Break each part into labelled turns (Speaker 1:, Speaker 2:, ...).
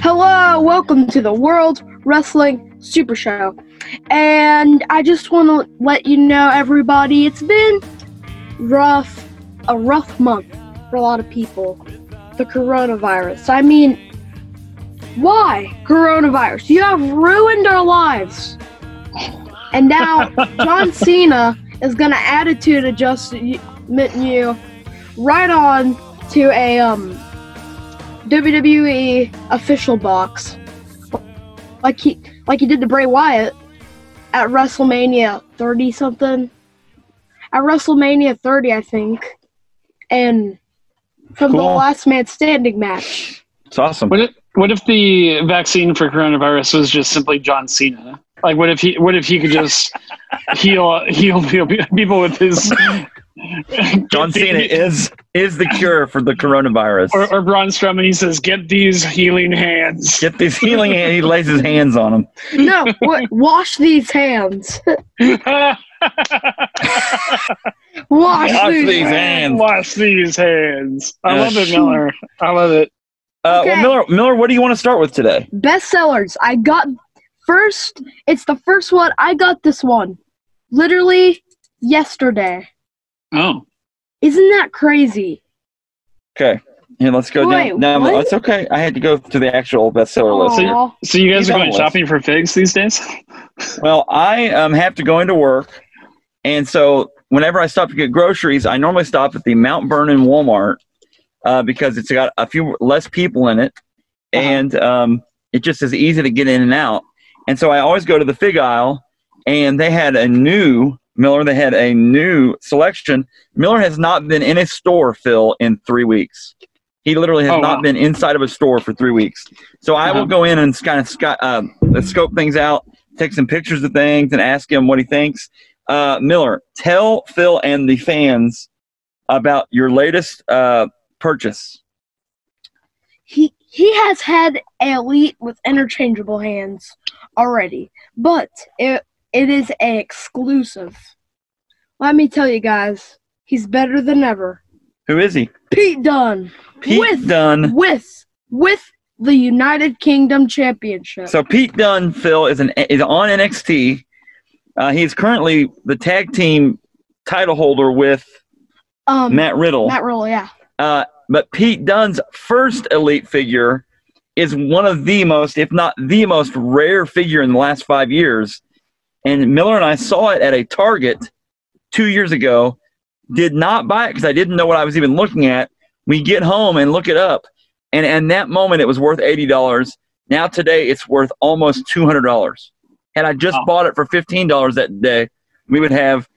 Speaker 1: Hello, welcome to the World Wrestling Super Show. And I just want to let you know, everybody, it's been rough, a rough month for a lot of people. The coronavirus. I mean, why coronavirus? You have ruined our lives. And now John Cena is going to attitude adjust y- you right on to a um, WWE official box, like he like he did to Bray Wyatt at WrestleMania 30 something, at WrestleMania 30 I think, and from the
Speaker 2: Cool.
Speaker 1: Last Man Standing match.
Speaker 2: It's awesome.
Speaker 3: What if, what if the vaccine for coronavirus was just simply John Cena? Like, what if he what if he could just heal heal pe- people with his
Speaker 2: John Cena is is the cure for the coronavirus.
Speaker 3: or, or Braun Strowman? He says, "Get these healing hands."
Speaker 2: Get these healing hand. He lays his hands on him.
Speaker 1: No, wa- wash these hands. Wash,
Speaker 2: Wash
Speaker 1: these.
Speaker 2: these hands.
Speaker 3: Wash these hands. I
Speaker 2: Yeah.
Speaker 3: love it, Miller. I love it.
Speaker 2: Uh,
Speaker 1: Okay.
Speaker 2: Well, Miller, Miller, what do you want to start with today?
Speaker 1: bestsellers. I got first. It's the first one. I got this one, literally yesterday.
Speaker 3: Oh,
Speaker 1: Isn't that crazy?
Speaker 2: Okay, here, let's go
Speaker 1: Wait,
Speaker 2: down. No,
Speaker 1: what?
Speaker 2: it's okay. I had to go to the actual bestseller list here.
Speaker 1: Aw.
Speaker 3: so you guys
Speaker 2: You
Speaker 3: are
Speaker 2: got
Speaker 3: going
Speaker 2: one.
Speaker 3: shopping for figs these days?
Speaker 2: Well, I um, have to go into work, and so whenever I stop to get groceries, I normally stop at the Mount Vernon Walmart uh, because it's got a few less people in it,
Speaker 3: Uh-huh.
Speaker 2: and um, it just is easy to get in and out. And so I always go to the fig aisle, and they had a new Miller. They had a new selection. Miller has not been in a store, Phil, in three weeks. He literally has
Speaker 3: Oh,
Speaker 2: not
Speaker 3: wow.
Speaker 2: been inside of a store for three weeks. So I
Speaker 3: Uh-huh.
Speaker 2: will go in and kind of sc- uh, scope things out take some pictures of things and ask him what he thinks. Uh, Miller, tell Phil and the fans about your latest uh, purchase.
Speaker 1: he he has had elite with interchangeable hands already, but it it is a exclusive. Let me tell you guys, he's better than ever.
Speaker 2: Who is he?
Speaker 1: Pete Dunne
Speaker 2: Pete
Speaker 1: With-
Speaker 2: Dunn.
Speaker 1: with with the United Kingdom Championship.
Speaker 2: So Pete Dunn, Phil, is an is on NXT. Uh, he's currently the tag team title holder with
Speaker 1: um, Matt,
Speaker 2: Matt Riddle.
Speaker 1: Riddle, yeah.
Speaker 2: Uh, but Pete Dunn's first elite figure is one of the most, if not the most, rare figure in the last five years. And Miller and I saw it at a Target two years ago. Did not buy it because I didn't know what I was even looking at. We get home and look it up, and and that moment it was worth eighty dollars. Now today it's worth almost two hundred dollars. Had I just
Speaker 3: Wow.
Speaker 2: bought it for fifteen dollars that day, we would have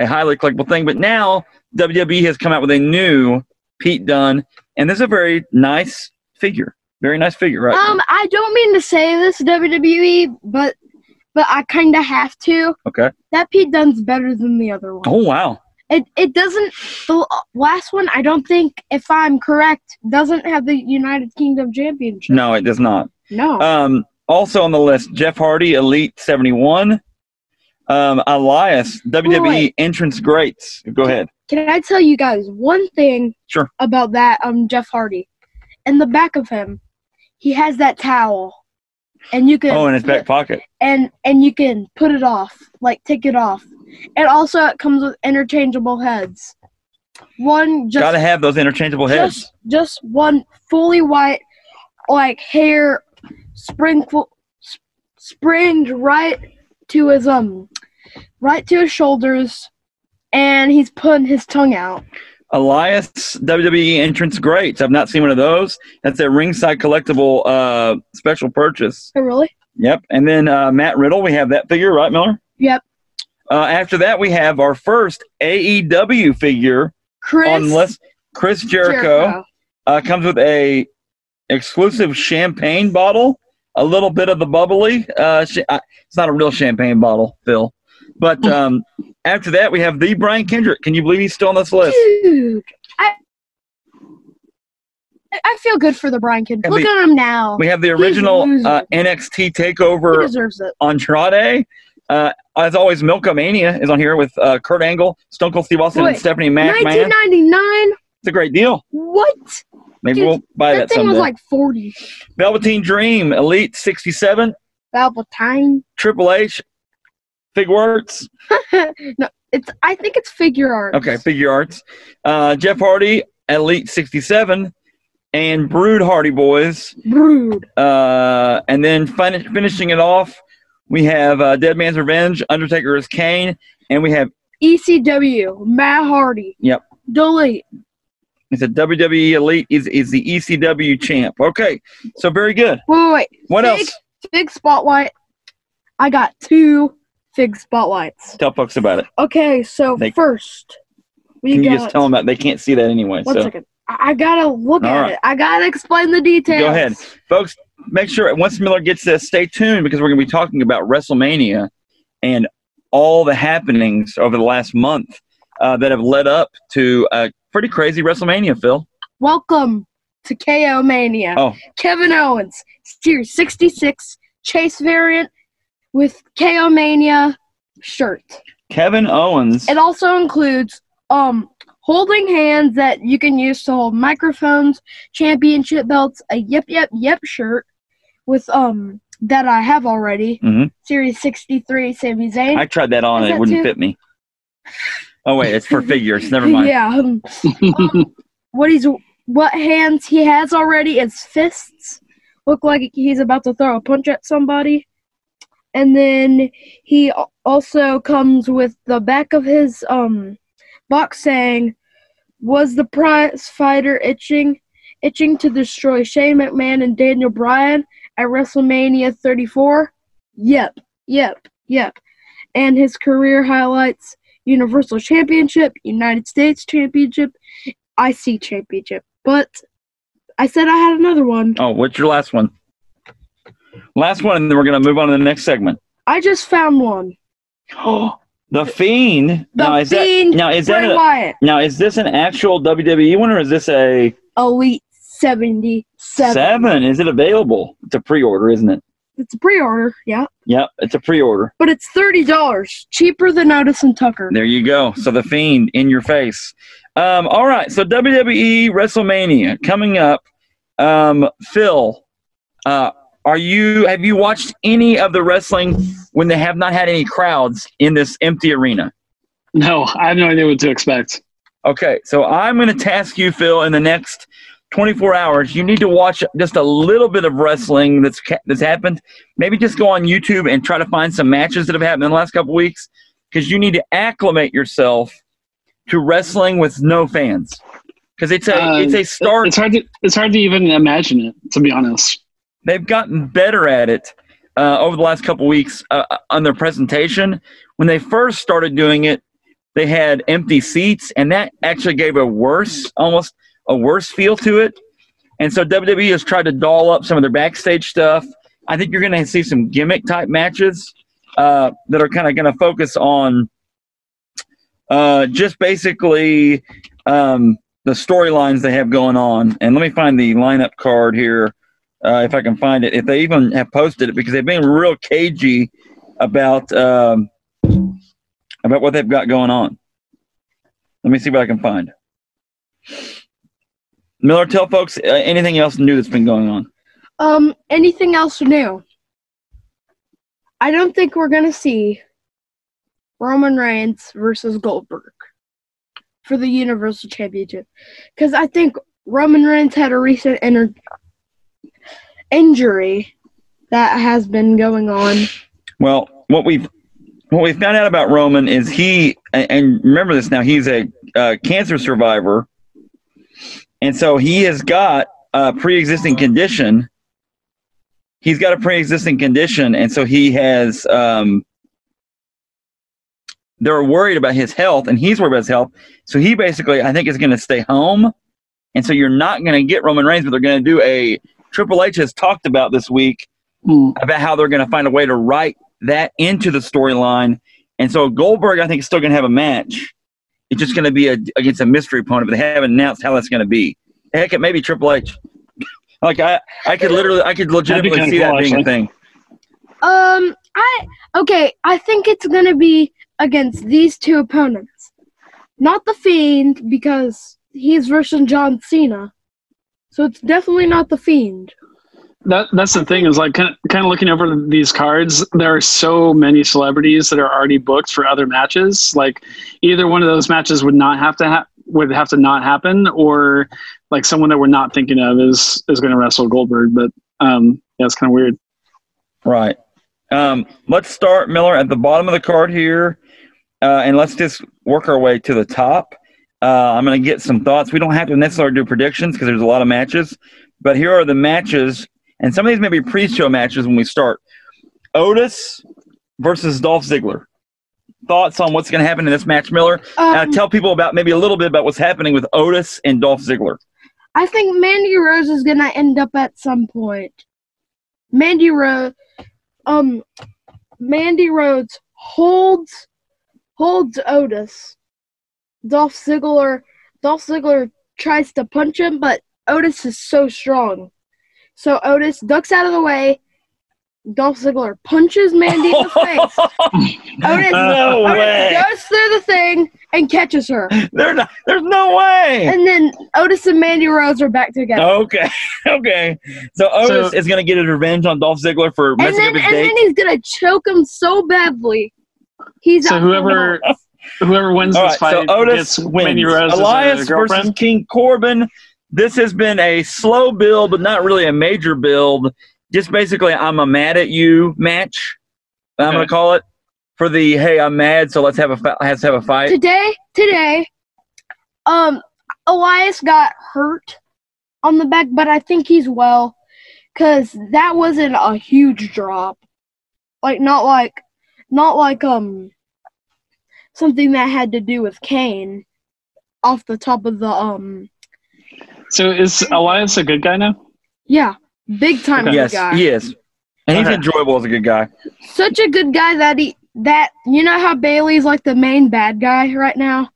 Speaker 2: a highly collectible thing. But now WWE has come out with a new Pete Dunne, and this is a very nice figure. Very nice figure, right?
Speaker 1: Um, I don't mean to say this WWE, but but I kind of have to.
Speaker 2: okay.
Speaker 1: That Pete Dunne's better than the other one.
Speaker 2: Oh wow.
Speaker 1: It it doesn't. The last one, I don't think, if I'm correct, doesn't have the United Kingdom Championship.
Speaker 2: No, it does not.
Speaker 1: No.
Speaker 2: Um, also on the list, Jeff Hardy, Elite 71. Um, Elias, WWE
Speaker 1: Wait.
Speaker 2: entrance greats. Go ahead.
Speaker 1: Can I tell you guys one thing?
Speaker 2: Sure.
Speaker 1: About that, um, Jeff Hardy, in the back of him, he has that towel, and you can.
Speaker 2: Oh, in his back pocket.
Speaker 1: and and you can put it off, like take it off. And also, it comes with interchangeable heads. One just
Speaker 2: Gotta have those interchangeable heads.
Speaker 1: just just one fully white, like hair, sprinkle, sp- springed right to his um, right to his shoulders, and he's putting his tongue out.
Speaker 2: Elias WWE entrance greats. I've not seen one of those. That's a ringside collectible uh, special purchase.
Speaker 1: Oh, really?
Speaker 2: Yep. And then uh, Matt Riddle, we have that figure, right, Miller?
Speaker 1: Yep.
Speaker 2: Uh, after that, we have our first AEW figure
Speaker 1: Chris
Speaker 2: on the list. Chris Jericho, Uh, comes with a exclusive champagne bottle, a little bit of the bubbly. Uh, sh- I, it's not a real champagne bottle, Phil. But um, after that, we have the Brian Kendrick. Can you believe he's still on this list?
Speaker 1: Dude, I I- I feel good for the Brian kid.
Speaker 2: And
Speaker 1: Look
Speaker 2: we-
Speaker 1: at him now.
Speaker 2: We have the
Speaker 1: He's
Speaker 2: original
Speaker 1: losing.
Speaker 2: uh, NXT
Speaker 1: He
Speaker 2: Takeover
Speaker 1: deserves it.
Speaker 2: Andrade. Uh, as always, Milkomania is on here with uh, Kurt Angle, Stone Cold Steve Austin,
Speaker 1: Wait,
Speaker 2: and Stephanie McMahon.
Speaker 1: 1999.
Speaker 2: It's a great deal.
Speaker 1: What?
Speaker 2: Maybe
Speaker 1: Dude,
Speaker 2: we'll buy that,
Speaker 1: that thing
Speaker 2: someday.
Speaker 1: was like 40.
Speaker 2: Velveteen Dream, Elite 67,
Speaker 1: Valentine.
Speaker 2: Triple H, Fig Arts.
Speaker 1: no, it's. I think it's figure arts.
Speaker 2: Okay, Figure Arts. Uh, Jeff Hardy, Elite 67, and Brood Hardy Boys.
Speaker 1: Rude.
Speaker 2: Uh, and then fin- finishing it off, we have uh, Dead Man's Revenge, Undertaker is Kane, and we have
Speaker 1: ECW. E Matt Hardy.
Speaker 2: Yep.
Speaker 1: Delete.
Speaker 2: it's a WWE E Elite is, is the ECW champ. Okay, so very good.
Speaker 1: Wait, wait, wait.
Speaker 2: What
Speaker 1: Fig-
Speaker 2: else?
Speaker 1: Fig spotlight. I got two fig spotlights.
Speaker 2: Tell folks about it.
Speaker 1: Okay, so
Speaker 2: They-
Speaker 1: first we
Speaker 2: Can you
Speaker 1: got.
Speaker 2: just tell them about? They can't see that anyway.
Speaker 1: One
Speaker 2: so.
Speaker 1: second. I, I gotta look
Speaker 2: All
Speaker 1: at
Speaker 2: right.
Speaker 1: it. I gotta explain the details.
Speaker 2: Go ahead. folks make sure once miller gets this stay tuned because we're going to be talking about wrestlemania and all the happenings over the last month uh, that have led up to a pretty crazy wrestlemania phil
Speaker 1: Welcome to KO Mania.
Speaker 2: Oh.
Speaker 1: Kevin Owens, Series 66, Chase variant with KO Mania shirt.
Speaker 2: kevin owens
Speaker 1: It also includes um holding hands that you can use to hold microphones, championship belts, a yep yep yep shirt with um that I have already.
Speaker 2: Mhm.
Speaker 1: Series 63, Sami Zayn.
Speaker 2: i tried that on
Speaker 1: Is
Speaker 2: and it
Speaker 1: that
Speaker 2: wouldn't
Speaker 1: too-
Speaker 2: fit me oh wait it's for figures never mind
Speaker 1: Yeah. um, um, what he's what hands he has already is fists. Look like he's about to throw a punch at somebody. And then he al- also comes with the back of his um box saying, "Was the prize fighter itching, itching to destroy Shane McMahon and Daniel Bryan at WrestleMania 34?" Yep, yep, yep. And his career highlights Universal Championship, United States Championship, IC Championship. But I said I had another one.
Speaker 2: oh what's your last one last one and then we're going to move on to the next segment
Speaker 1: I just found one.
Speaker 2: oh the fiend
Speaker 1: The
Speaker 2: now is
Speaker 1: Fiend,
Speaker 2: that now is that
Speaker 1: Bray
Speaker 2: a-
Speaker 1: Wyatt,
Speaker 2: now is this an actual wwe one or is this a
Speaker 1: Elite 77.
Speaker 2: Is it available? It's a pre-order, isn't it?
Speaker 1: It's a pre-order, yeah.
Speaker 2: Yep, it's a pre-order.
Speaker 1: But it's $30, cheaper than Otis and Tucker.
Speaker 2: There you go. So the fiend in your face. Um, all right. So WWE WrestleMania coming up. Um, Phil, uh, are you? Have you watched any of the wrestling when they have not had any crowds in this empty arena?
Speaker 3: no, I have no idea what to expect.
Speaker 2: Okay, so I'm going to task you, Phil, in the next 24 hours. You need to watch just a little bit of wrestling that's ca- that's happened. Maybe just go on YouTube and try to find some matches that have happened in the last couple weeks because you need to acclimate yourself to wrestling with no fans because it's a
Speaker 3: Uh,
Speaker 2: it's a start.
Speaker 3: It's hard to it's hard to even imagine it, to be honest.
Speaker 2: They've gotten better at it uh, over the last couple weeks uh, on their presentation. When they first started doing it, they had empty seats, and that actually gave a worse, almost a worse feel to it. And so WWE has tried to doll up some of their backstage stuff. I think you're going to see some gimmick type matches uh, that are kind of going to focus on uh, just basically um, the storylines they have going on. And let me find the lineup card here uh, if I can find it. If they even have posted it, because they've been real cagey about um, about what they've got going on. Let me see what I can find. Miller, tell folks uh, anything else new that's been going on.
Speaker 1: Um, anything else new? I don't think we're gonna see Roman Reigns versus Goldberg for the Universal Championship because I think Roman Reigns had a recent inter- injury that has been going on.
Speaker 2: Well, what we've what we found out about Roman is he, and- and remember this now, he's a uh, cancer survivor, and so he has got a pre-existing condition. He's got a pre-existing condition, and so he has. Um, they're worried about his health, and he's worried about his health. So he basically, I think, is going to stay home, and so you're not going to get Roman Reigns, but they're going to do a Triple H has talked about this week
Speaker 3: Hmm.
Speaker 2: about how they're going to find a way to write that into the storyline. And so Goldberg, I think, is still going to have a match. It's just going to be a, against a mystery opponent, but they haven't announced how that's going to be. Heck, it may be Triple H. Like I, I could literally, I could legitimately
Speaker 3: kinda
Speaker 2: see that
Speaker 3: cool,
Speaker 2: being a
Speaker 3: actually.
Speaker 2: thing.
Speaker 1: Um, I okay, I think it's gonna be against these two opponents, not the Fiend because he's versus John Cena. So it's definitely not the fiend.
Speaker 3: That that's the thing is like kind of, kind of looking over these cards. There are so many celebrities that are already booked for other matches. Like either one of those matches would not have to ha- would have to not happen, or like someone that we're not thinking of is is going to wrestle Goldberg. But um, yeah, it's kind of weird.
Speaker 2: Right. Um, let's start, Miller, at the bottom of the card here, uh, and let's just work our way to the top. Uh, I'm going to get some thoughts. We don't have to necessarily do predictions because there's a lot of matches, but here are the matches, and some of these may be pre-show matches when we start. Otis versus Dolph Ziggler. Thoughts on what's going to happen in this match, Miller? uh,
Speaker 1: Um,
Speaker 2: tell people about maybe a little bit about what's happening with Otis and Dolph Ziggler.
Speaker 1: I think Mandy Rose is gonna end up at some point. Mandy Rose, um, Mandy Rhodes holds holds Otis. Dolph Ziggler, Dolph Ziggler tries to punch him, but Otis is so strong, so Otis ducks out of the way. Dolph Ziggler punches Mandy in the face. Otis,
Speaker 2: no way!
Speaker 1: Otis goes through the thing and catches her,
Speaker 2: They're not, there's no way.
Speaker 1: and then Otis and Mandy Rose are back together.
Speaker 2: Okay, okay. So Otis is going to get his revenge on Dolph Ziggler for
Speaker 1: and
Speaker 2: messing
Speaker 1: then
Speaker 2: up his
Speaker 1: and
Speaker 2: date.
Speaker 1: then he's gonna choke him so badly. He's
Speaker 3: So
Speaker 1: out for
Speaker 3: whoever
Speaker 1: months.
Speaker 3: whoever wins
Speaker 2: All
Speaker 3: this
Speaker 2: right, so
Speaker 3: fight
Speaker 2: Otis
Speaker 3: gets
Speaker 2: wins.
Speaker 3: Mandy Rose as
Speaker 2: Elias
Speaker 3: a
Speaker 2: versus
Speaker 3: girlfriend.
Speaker 2: King Corbin. This has been a slow build, but not really a major build. Just basically, I'm a mad at you match. I'm going
Speaker 3: Okay.
Speaker 2: to call it for the hey, I'm mad, so let's have a fi- let's have a fight.
Speaker 1: today today, um, Elias got hurt on the back, but I think he's well, cause that wasn't a huge drop, like not like not like um something that had to do with Kane off the top of the um
Speaker 3: So is Elias a good guy now?
Speaker 1: yeah big time
Speaker 3: Okay.
Speaker 2: Yes,
Speaker 1: guy.
Speaker 2: he is, and he's
Speaker 3: Okay.
Speaker 2: enjoyable as a good guy.
Speaker 1: such a good guy that he that you know how Bailey's like the main bad guy right now.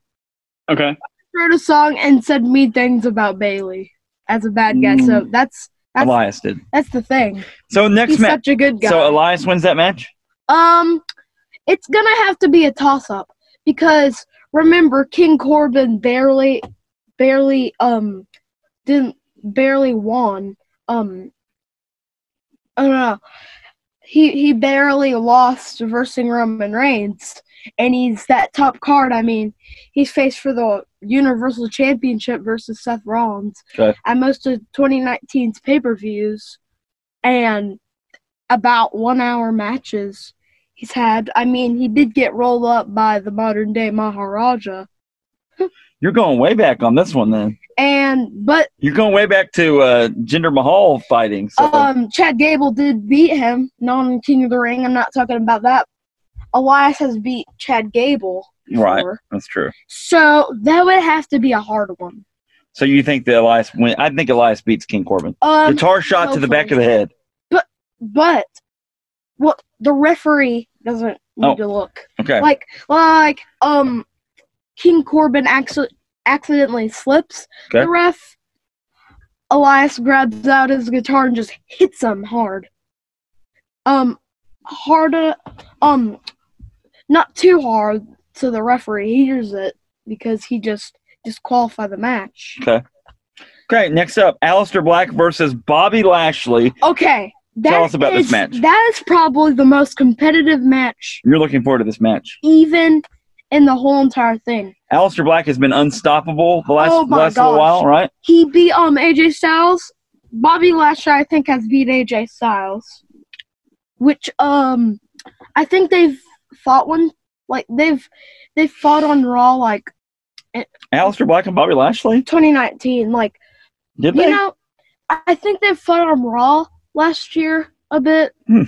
Speaker 3: Okay.
Speaker 1: Wrote a song and said mean things about Bailey as a bad guy. So that's that's
Speaker 2: Elias did.
Speaker 1: that's the thing.
Speaker 2: So next
Speaker 1: He's
Speaker 2: match.
Speaker 1: such a good guy.
Speaker 2: So Elias wins that match.
Speaker 1: um, it's gonna have to be a toss up because remember King Corbin barely barely um didn't barely won um I don't know. He he barely lost versus Roman Reigns, and he's that top card. I mean, he's faced for the Universal Championship versus Seth Rollins
Speaker 2: Okay.
Speaker 1: at most of 2019's pay per views, and about one hour matches he's had. I mean, he did get rolled up by the modern day Maharaja,
Speaker 2: You're going way back on this one, then.
Speaker 1: and but
Speaker 2: You're going way back to uh, Jinder Mahal fighting. So uh,
Speaker 1: Um, Chad Gable did beat him, not on King of the Ring. I'm not talking about that. Elias has beat Chad Gable. Before.
Speaker 2: Right. that's true.
Speaker 1: So that would have to be a hard one.
Speaker 2: So you think that Elias win? I think Elias beats King Corbin.
Speaker 1: Um,
Speaker 2: Guitar shot to the back of the head.
Speaker 1: but well, the referee doesn't need
Speaker 2: Oh.
Speaker 1: to look
Speaker 2: Okay.
Speaker 1: like like um King Corbin acci- accidentally slips
Speaker 2: Okay.
Speaker 1: the ref. Elias grabs out his guitar and just hits him hard. Um, harder, um, not too hard to the referee. He hears it because he just disqualified the match.
Speaker 2: Okay. Next up, Aleister Black versus Bobby Lashley.
Speaker 1: Okay, that
Speaker 2: Tell us about this
Speaker 1: is-
Speaker 2: match.
Speaker 1: That is probably the most competitive match
Speaker 2: You're looking forward to this match.
Speaker 1: even in the whole entire thing.
Speaker 2: Aleister Black has been unstoppable the last,
Speaker 1: Oh my
Speaker 2: last little
Speaker 1: gosh.
Speaker 2: while, right?
Speaker 1: He beat um AJ Styles. Bobby Lashley, I think, has beat AJ Styles, which um I think they've fought one like they've they fought on Raw like
Speaker 2: Aleister Black and Bobby Lashley?
Speaker 1: 2019. Like
Speaker 2: Did
Speaker 1: you
Speaker 2: they?
Speaker 1: know, I I think they fought on Raw last year a bit.
Speaker 2: Hmm.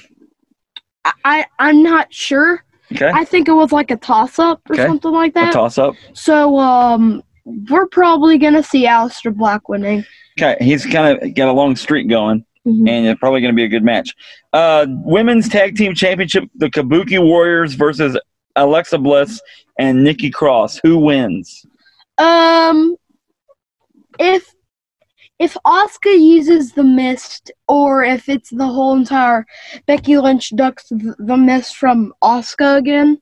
Speaker 1: I, I I'm not sure.
Speaker 2: okay.
Speaker 1: I think it was like a toss up or
Speaker 2: Okay.
Speaker 1: something like
Speaker 2: A
Speaker 1: that.
Speaker 2: toss up.
Speaker 1: So um we're probably gonna see Aleister Black winning.
Speaker 2: Okay. He's kind of got a long streak going, and it's probably going to be a good match. Uh, women's Tag Team Championship, the Kabuki Warriors versus Alexa Bliss and Nikki Cross. Who wins?
Speaker 1: Um, if if Oscar uses the mist, or if it's the whole entire Becky Lynch ducks th- the mist from Oscar again,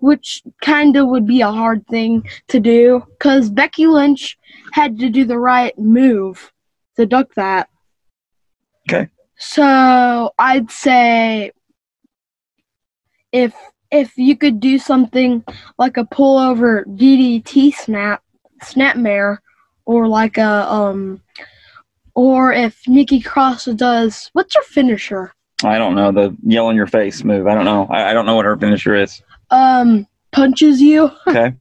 Speaker 1: which kind of would be a hard thing to do, because Becky Lynch had to do the right move deduct that.
Speaker 2: Okay.
Speaker 1: So I'd say if if you could do something like a pullover DDT snap snapmare or like a um or if Nikki Cross does what's her finisher?
Speaker 2: I don't know the yell in your face move. I don't know. I, I don't know what her finisher is.
Speaker 1: Um punches you.
Speaker 2: Okay.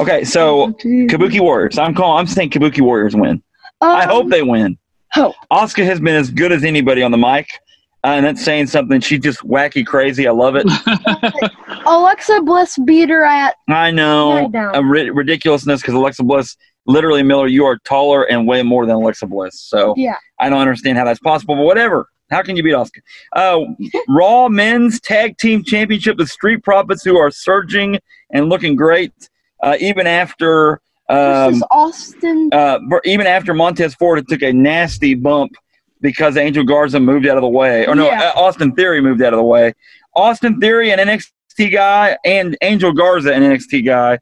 Speaker 2: Okay. So Kabuki Warriors. I'm calling. I'm saying Kabuki Warriors win. I
Speaker 1: Um,
Speaker 2: hope they win.
Speaker 1: hope.
Speaker 2: Oscar has been as good as anybody on the mic, uh, and that's saying something. She's just wacky, crazy. I love it.
Speaker 1: Alexa Bliss beat her at
Speaker 2: I know
Speaker 1: SmackDown.
Speaker 2: a ri- ridiculousness because Alexa Bliss, literally Miller, you are taller and way more than Alexa Bliss. So
Speaker 1: Yeah.
Speaker 2: I don't understand how that's possible, but whatever. How can you beat Oscar? Uh, Raw Men's Tag Team Championship with Street Profits, who are surging and looking great, uh, even after um,
Speaker 1: versus Austin.
Speaker 2: uh, ver- even after Montez Ford took a nasty bump because Angel Garza moved out of the way, or no,
Speaker 1: Yeah.
Speaker 2: uh, Austin Theory moved out of the way. Austin Theory, an NXT guy, and Angel Garza, an NXT guy,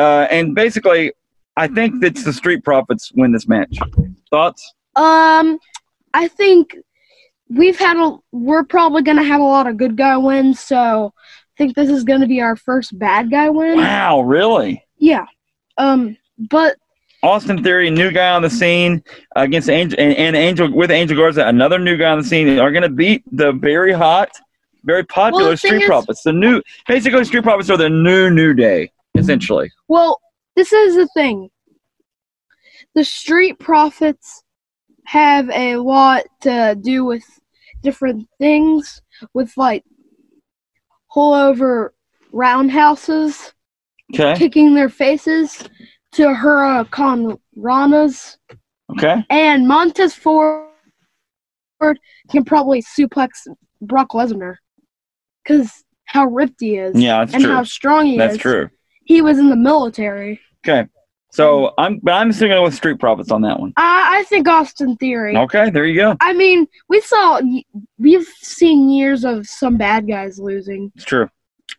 Speaker 2: uh, and basically, I think that's the Street Profits win this match. Thoughts?
Speaker 1: Um, I think we've had a. We're probably gonna have a lot of good guy wins, so I think this is gonna be our first bad guy win.
Speaker 2: Wow, really?
Speaker 1: Yeah. Um, but
Speaker 2: Austin Theory, new guy on the scene against Angel and, and Angel with Angel Garza, another new guy on the scene, are going to beat the very hot, very popular
Speaker 1: Well, the thing
Speaker 2: Street
Speaker 1: is-
Speaker 2: Profits. The new, basically, Street Profits are the new New Day, essentially.
Speaker 1: well, this is the thing. The street profits have a lot to do with different things, with like whole over roundhouses.
Speaker 2: Okay.
Speaker 1: kicking their faces to Huracan Ranas.
Speaker 2: Okay.
Speaker 1: And Montez Ford can probably suplex Brock Lesnar because how ripped he is
Speaker 2: Yeah, that's
Speaker 1: and
Speaker 2: true.
Speaker 1: how strong he
Speaker 2: That's
Speaker 1: is.
Speaker 2: true.
Speaker 1: He was in the military.
Speaker 2: Okay. So I'm, but I'm still going with Street Profits on that one.
Speaker 1: I, I think Austin Theory.
Speaker 2: Okay. There you go.
Speaker 1: I mean, we saw, we've seen years of some bad guys losing.
Speaker 2: It's true.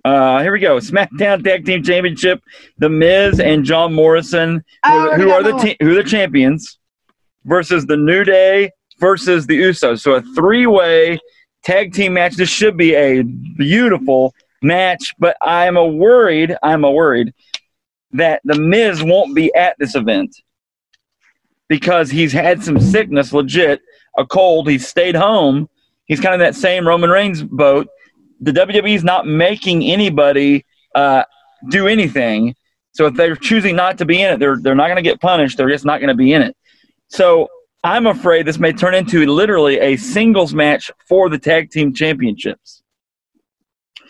Speaker 2: Uh, here we go. SmackDown Tag Team Championship: The Miz and John Morrison, who,
Speaker 1: I already
Speaker 2: who
Speaker 1: got
Speaker 2: are the
Speaker 1: my-
Speaker 2: te- who are the champions, versus the New Day versus the Usos. So a three-way tag team match. This should be a beautiful match, but I'm a worried. I'm a worried that the Miz won't be at this event because he's had some sickness, legit a cold. He's stayed home. He's kind of that same Roman Reigns boat the WWE's not making anybody uh, do anything. So if they're choosing not to be in it, they're they're not going to get punished. They're just not going to be in it. So I'm afraid this may turn into literally a singles match for the tag team championships.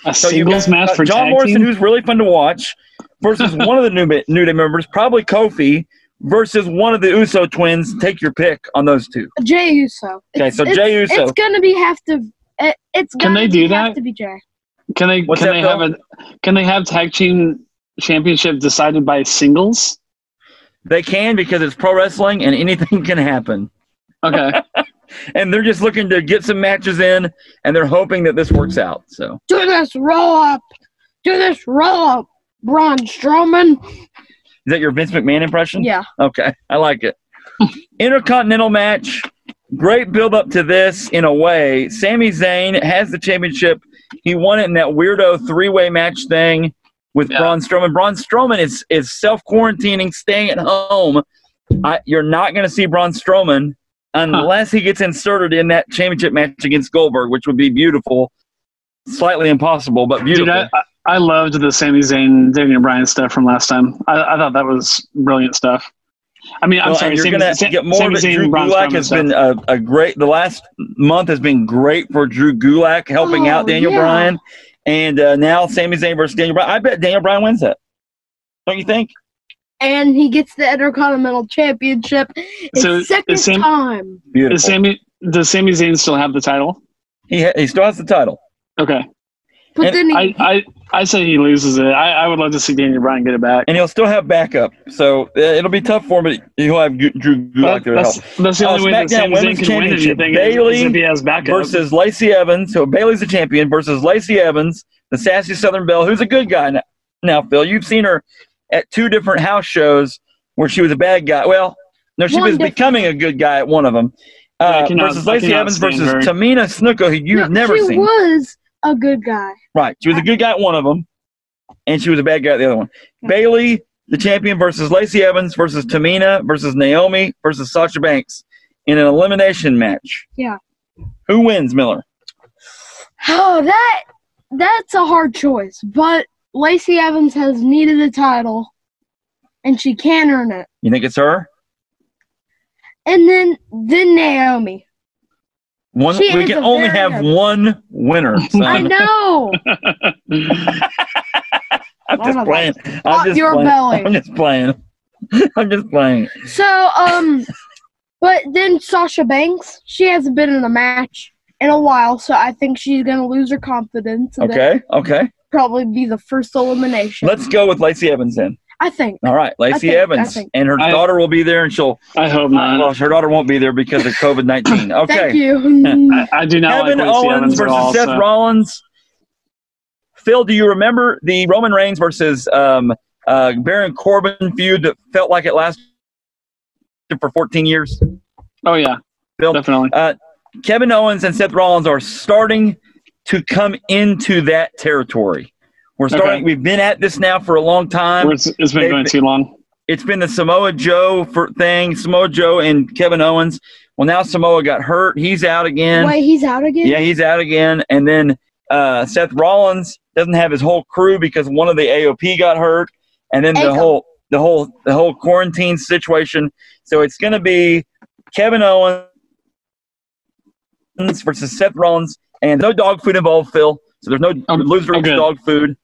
Speaker 3: A
Speaker 2: So you've
Speaker 3: singles
Speaker 2: got,
Speaker 3: match
Speaker 2: uh,
Speaker 3: for
Speaker 2: John
Speaker 3: tag
Speaker 2: Morrison,
Speaker 3: team?
Speaker 2: who's really fun to watch, versus one of the new Ma- new day members, probably Kofi, versus one of the Uso twins. Take your pick on those two.
Speaker 1: Jay Uso.
Speaker 2: Okay,
Speaker 1: It's-
Speaker 2: so
Speaker 1: it's-
Speaker 2: Jay Uso.
Speaker 1: It's going to be have to. It, it's
Speaker 3: Can
Speaker 1: gonna
Speaker 3: they
Speaker 1: be-
Speaker 3: do
Speaker 1: have
Speaker 3: that?
Speaker 1: to be Jay.
Speaker 3: Can they
Speaker 2: What's
Speaker 3: can
Speaker 2: that,
Speaker 3: they
Speaker 2: Bill?
Speaker 3: have a can they have tag team championship decided by singles?
Speaker 2: They can because it's pro wrestling and anything can happen.
Speaker 3: Okay.
Speaker 2: and they're just looking to get some matches in, and they're hoping that this works out. So
Speaker 1: Do this roll up. Do this roll up, Braun Strowman.
Speaker 2: is that your Vince McMahon impression?
Speaker 1: Yeah.
Speaker 2: Okay, I like it. Intercontinental match. Great build up to this in a way. Sami Zayn has the championship. He won it in that weirdo three way match thing with
Speaker 3: Yeah.
Speaker 2: Braun Strowman. Braun Strowman is is self quarantining, staying at home. I, you're not going to see Braun Strowman unless he gets inserted in that championship match against Goldberg, which would be beautiful. Slightly impossible, but beautiful.
Speaker 3: Dude, I, I- I loved the Sami Zayn, Daniel Bryan stuff from last time. I, I thought that was brilliant stuff. I mean, I'm
Speaker 2: Well,
Speaker 3: sorry,
Speaker 2: and you're
Speaker 3: Sami-
Speaker 2: gonna
Speaker 3: Sa-
Speaker 2: get more
Speaker 3: Sami
Speaker 2: of it. Drew
Speaker 3: Zayn, Braun
Speaker 2: Gulak
Speaker 3: Strowman
Speaker 2: has
Speaker 3: stuff.
Speaker 2: been a, a great. The last month has been great for Drew Gulak, helping
Speaker 1: Oh,
Speaker 2: out Daniel
Speaker 1: yeah.
Speaker 2: Bryan, and uh, now Sami Zayn versus Daniel Bryan. I bet Daniel Bryan wins that. Don't you think?
Speaker 1: And he gets the Intercontinental Championship. It's
Speaker 3: So, is
Speaker 1: second
Speaker 3: Sam-
Speaker 1: time.
Speaker 2: Beautiful.
Speaker 3: Is Sami, does Sami Zayn still have the title?
Speaker 2: he ha- he still has the title.
Speaker 3: Okay.
Speaker 1: But
Speaker 2: And
Speaker 1: then he,
Speaker 3: I, I, I say he loses it. I, I would love to see Daniel Bryan get it back.
Speaker 2: And he'll still have backup, so uh, it'll be tough for him. But he'll have Gu- Drew Gulak
Speaker 3: That-
Speaker 2: there to help.
Speaker 3: that's, that's the
Speaker 2: Uh,
Speaker 3: only way that
Speaker 2: SmackDown
Speaker 3: Sami
Speaker 2: Women's
Speaker 3: Zayn can win
Speaker 2: Championship,
Speaker 3: anything is-
Speaker 2: Bailey
Speaker 3: is if he has backup.
Speaker 2: versus Lacey Evans. So Bailey's the champion versus Lacey Evans, the sassy Southern Belle, who's a good guy now. Now, Phil, you've seen her at two different house shows where she was a bad guy. Well, No, she
Speaker 1: One
Speaker 2: was
Speaker 1: difference.
Speaker 2: becoming a good guy at one of them.
Speaker 3: Yeah,
Speaker 2: Uh,
Speaker 3: I cannot-
Speaker 2: versus
Speaker 3: I
Speaker 2: Lacey
Speaker 3: cannot
Speaker 2: Evans
Speaker 3: stand
Speaker 2: versus
Speaker 3: her.
Speaker 2: Tamina Snuka, who you've
Speaker 1: No,
Speaker 2: never
Speaker 1: she
Speaker 2: seen.
Speaker 1: was a good guy.
Speaker 2: Right. She was a good guy at one of them, and she was a bad guy at the other one. Bailey, the champion, versus Lacey Evans versus Tamina versus Naomi versus Sasha Banks in an elimination match.
Speaker 1: Yeah.
Speaker 2: Who wins, Miller?
Speaker 1: Oh, that that's a hard choice. But Lacey Evans has needed a title, and she can earn it.
Speaker 2: You think it's her?
Speaker 1: And then then Naomi.
Speaker 2: One.
Speaker 1: She
Speaker 2: we
Speaker 1: is
Speaker 2: can
Speaker 1: a
Speaker 2: only
Speaker 1: very-
Speaker 2: have one winner. son.
Speaker 1: I know.
Speaker 2: I'm
Speaker 1: Oh
Speaker 2: just
Speaker 1: my
Speaker 2: playing. I'm
Speaker 1: Pop
Speaker 2: just
Speaker 1: your
Speaker 2: playing.
Speaker 1: belly.
Speaker 2: I'm just playing. I'm just playing.
Speaker 1: So um, but then Sasha Banks, she hasn't been in a match in a while, so I think she's gonna lose her confidence. And then
Speaker 2: Okay. Okay.
Speaker 1: Probably be the first elimination.
Speaker 2: Let's go with Lacey Evans then.
Speaker 1: I think.
Speaker 2: All right, Lacey
Speaker 1: think- I
Speaker 2: Evans
Speaker 1: think-
Speaker 2: and her
Speaker 3: I- Uh,
Speaker 2: daughter will be there, and she'll.
Speaker 3: I hope
Speaker 2: Well,
Speaker 3: not.
Speaker 2: her daughter won't be there because of COVID nineteen. Okay.
Speaker 1: Thank you.
Speaker 3: I, I do not
Speaker 2: Kevin
Speaker 3: like Lacey
Speaker 2: Owens
Speaker 3: Evans at
Speaker 2: versus
Speaker 3: all.
Speaker 2: Seth
Speaker 3: so-
Speaker 2: Rollins. Phil, do you remember the Roman Reigns versus um, uh, Baron Corbin feud that felt like it lasted for 14 years?
Speaker 3: Oh yeah,
Speaker 2: Phil,
Speaker 3: definitely.
Speaker 2: Kevin Owens and Seth Rollins are starting to come into that territory. We're starting.
Speaker 3: Okay.
Speaker 2: We've been at this now for a long time.
Speaker 3: It's- it's been
Speaker 2: they-
Speaker 3: going too long.
Speaker 2: it's been the Samoa Joe for, thing. Samoa Joe and Kevin Owens. Well, now Samoa got hurt. He's out again.
Speaker 1: Wait, he's out again.
Speaker 2: Yeah, he's out again. And then uh, Seth Rollins doesn't have his whole crew because one of the AOP got hurt, and then the
Speaker 1: Ankle.
Speaker 2: whole the whole the whole quarantine situation. So it's going to be Kevin Owens versus Seth Rollins, and no dog food involved, Phil. So there's no
Speaker 3: Oh,
Speaker 2: loser
Speaker 3: oh, good.
Speaker 2: dog food.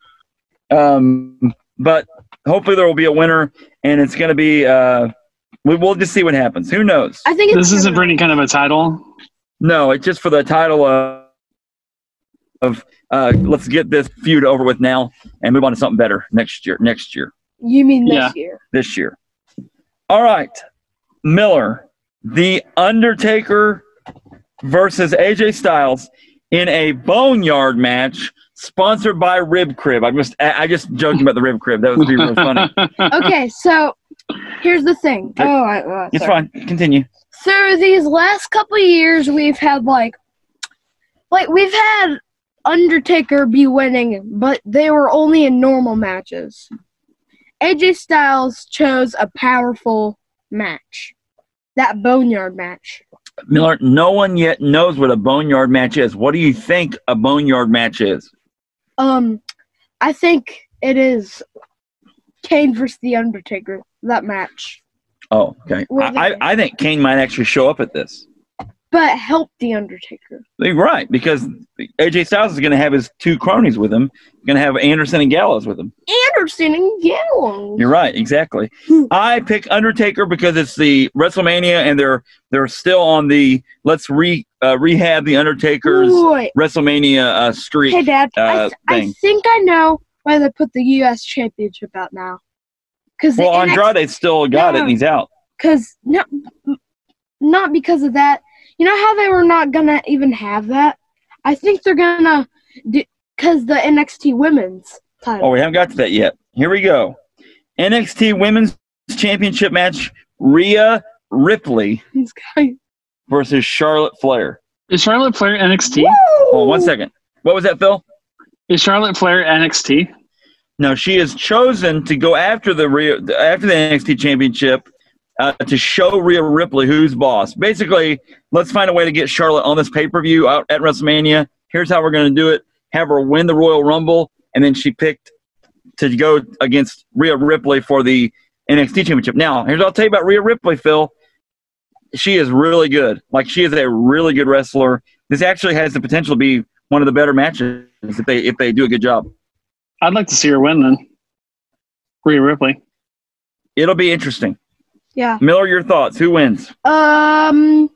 Speaker 2: Um, but hopefully there will be a winner, and it's going to be. Uh, we, we'll just see what happens. Who knows?
Speaker 1: I think it's
Speaker 3: This isn't
Speaker 1: Kevin
Speaker 3: for any kind of a title.
Speaker 2: No, it's just for the title of, of uh, let's get this feud over with now and move on to something better next year. Next year,
Speaker 1: You mean this
Speaker 3: Yeah.
Speaker 1: year?
Speaker 2: this year. All right, Miller, the Undertaker versus AJ Styles in a boneyard match sponsored by Rib Crib. I just I I just joking about the Rib Crib. That would be real funny.
Speaker 1: Okay, so here's the thing.
Speaker 2: Okay.
Speaker 1: Oh, I, uh,
Speaker 2: It's
Speaker 1: sorry.
Speaker 2: fine. Continue.
Speaker 1: Through these last couple of years, we've had like, like we've had Undertaker be winning, but they were only in normal matches. AJ Styles chose a powerful match, that boneyard match.
Speaker 2: Miller, no one yet knows what a boneyard match is. What do you think a boneyard match is?
Speaker 1: Um, I think it is Kane versus the Undertaker. That match,
Speaker 2: Oh, okay.
Speaker 1: Well,
Speaker 2: I, I,
Speaker 1: then-
Speaker 2: I think Kane might actually show up at this.
Speaker 1: but help the Undertaker.
Speaker 2: You're right, because AJ Styles is going to have his two cronies with him. going to have Anderson and Gallows with him.
Speaker 1: Anderson and Gallows.
Speaker 2: You're right, exactly.
Speaker 1: Hmm.
Speaker 2: I pick Undertaker because it's the WrestleMania, and they're they're still on the let's re uh, rehab the Undertaker's
Speaker 1: Wait.
Speaker 2: WrestleMania uh, streak.
Speaker 1: Hey, Dad. I,
Speaker 2: uh,
Speaker 1: th- I
Speaker 2: thing.
Speaker 1: think I know why they put the U.S. Championship out now. Because
Speaker 2: well, Andrade still got it,
Speaker 1: No.
Speaker 2: and he's out.
Speaker 1: Because no, m- not because of that. You know how they were not gonna even have that. I think they're gonna do because the NXT Women's
Speaker 2: Oh,
Speaker 1: title.
Speaker 2: we haven't got to that yet. Here we go. NXT Women's Championship match: Rhea Ripley
Speaker 1: It's going-
Speaker 2: versus Charlotte Flair.
Speaker 3: Is Charlotte Flair NXT?
Speaker 2: Hold on Oh, one second. What was that, Phil?
Speaker 3: Is Charlotte Flair NXT?
Speaker 2: No, she has chosen to go after the Rhea, after the NXT Championship uh, to show Rhea Ripley who's boss. Basically, let's find a way to get Charlotte on this pay per view out at WrestleMania. Here's how we're going to do it: have her win the Royal Rumble, and then she picked to go against Rhea Ripley for the NXT Championship. Now, here's what I'll tell you about Rhea Ripley, Phil. She is really good. Like she is a really good wrestler. This actually has the potential to be one of the better matches if they if they do a good job.
Speaker 3: I'd like to see her win then. Rhea Ripley.
Speaker 2: It'll be interesting.
Speaker 1: Yeah.
Speaker 2: Miller, your thoughts. Who wins?
Speaker 1: Um.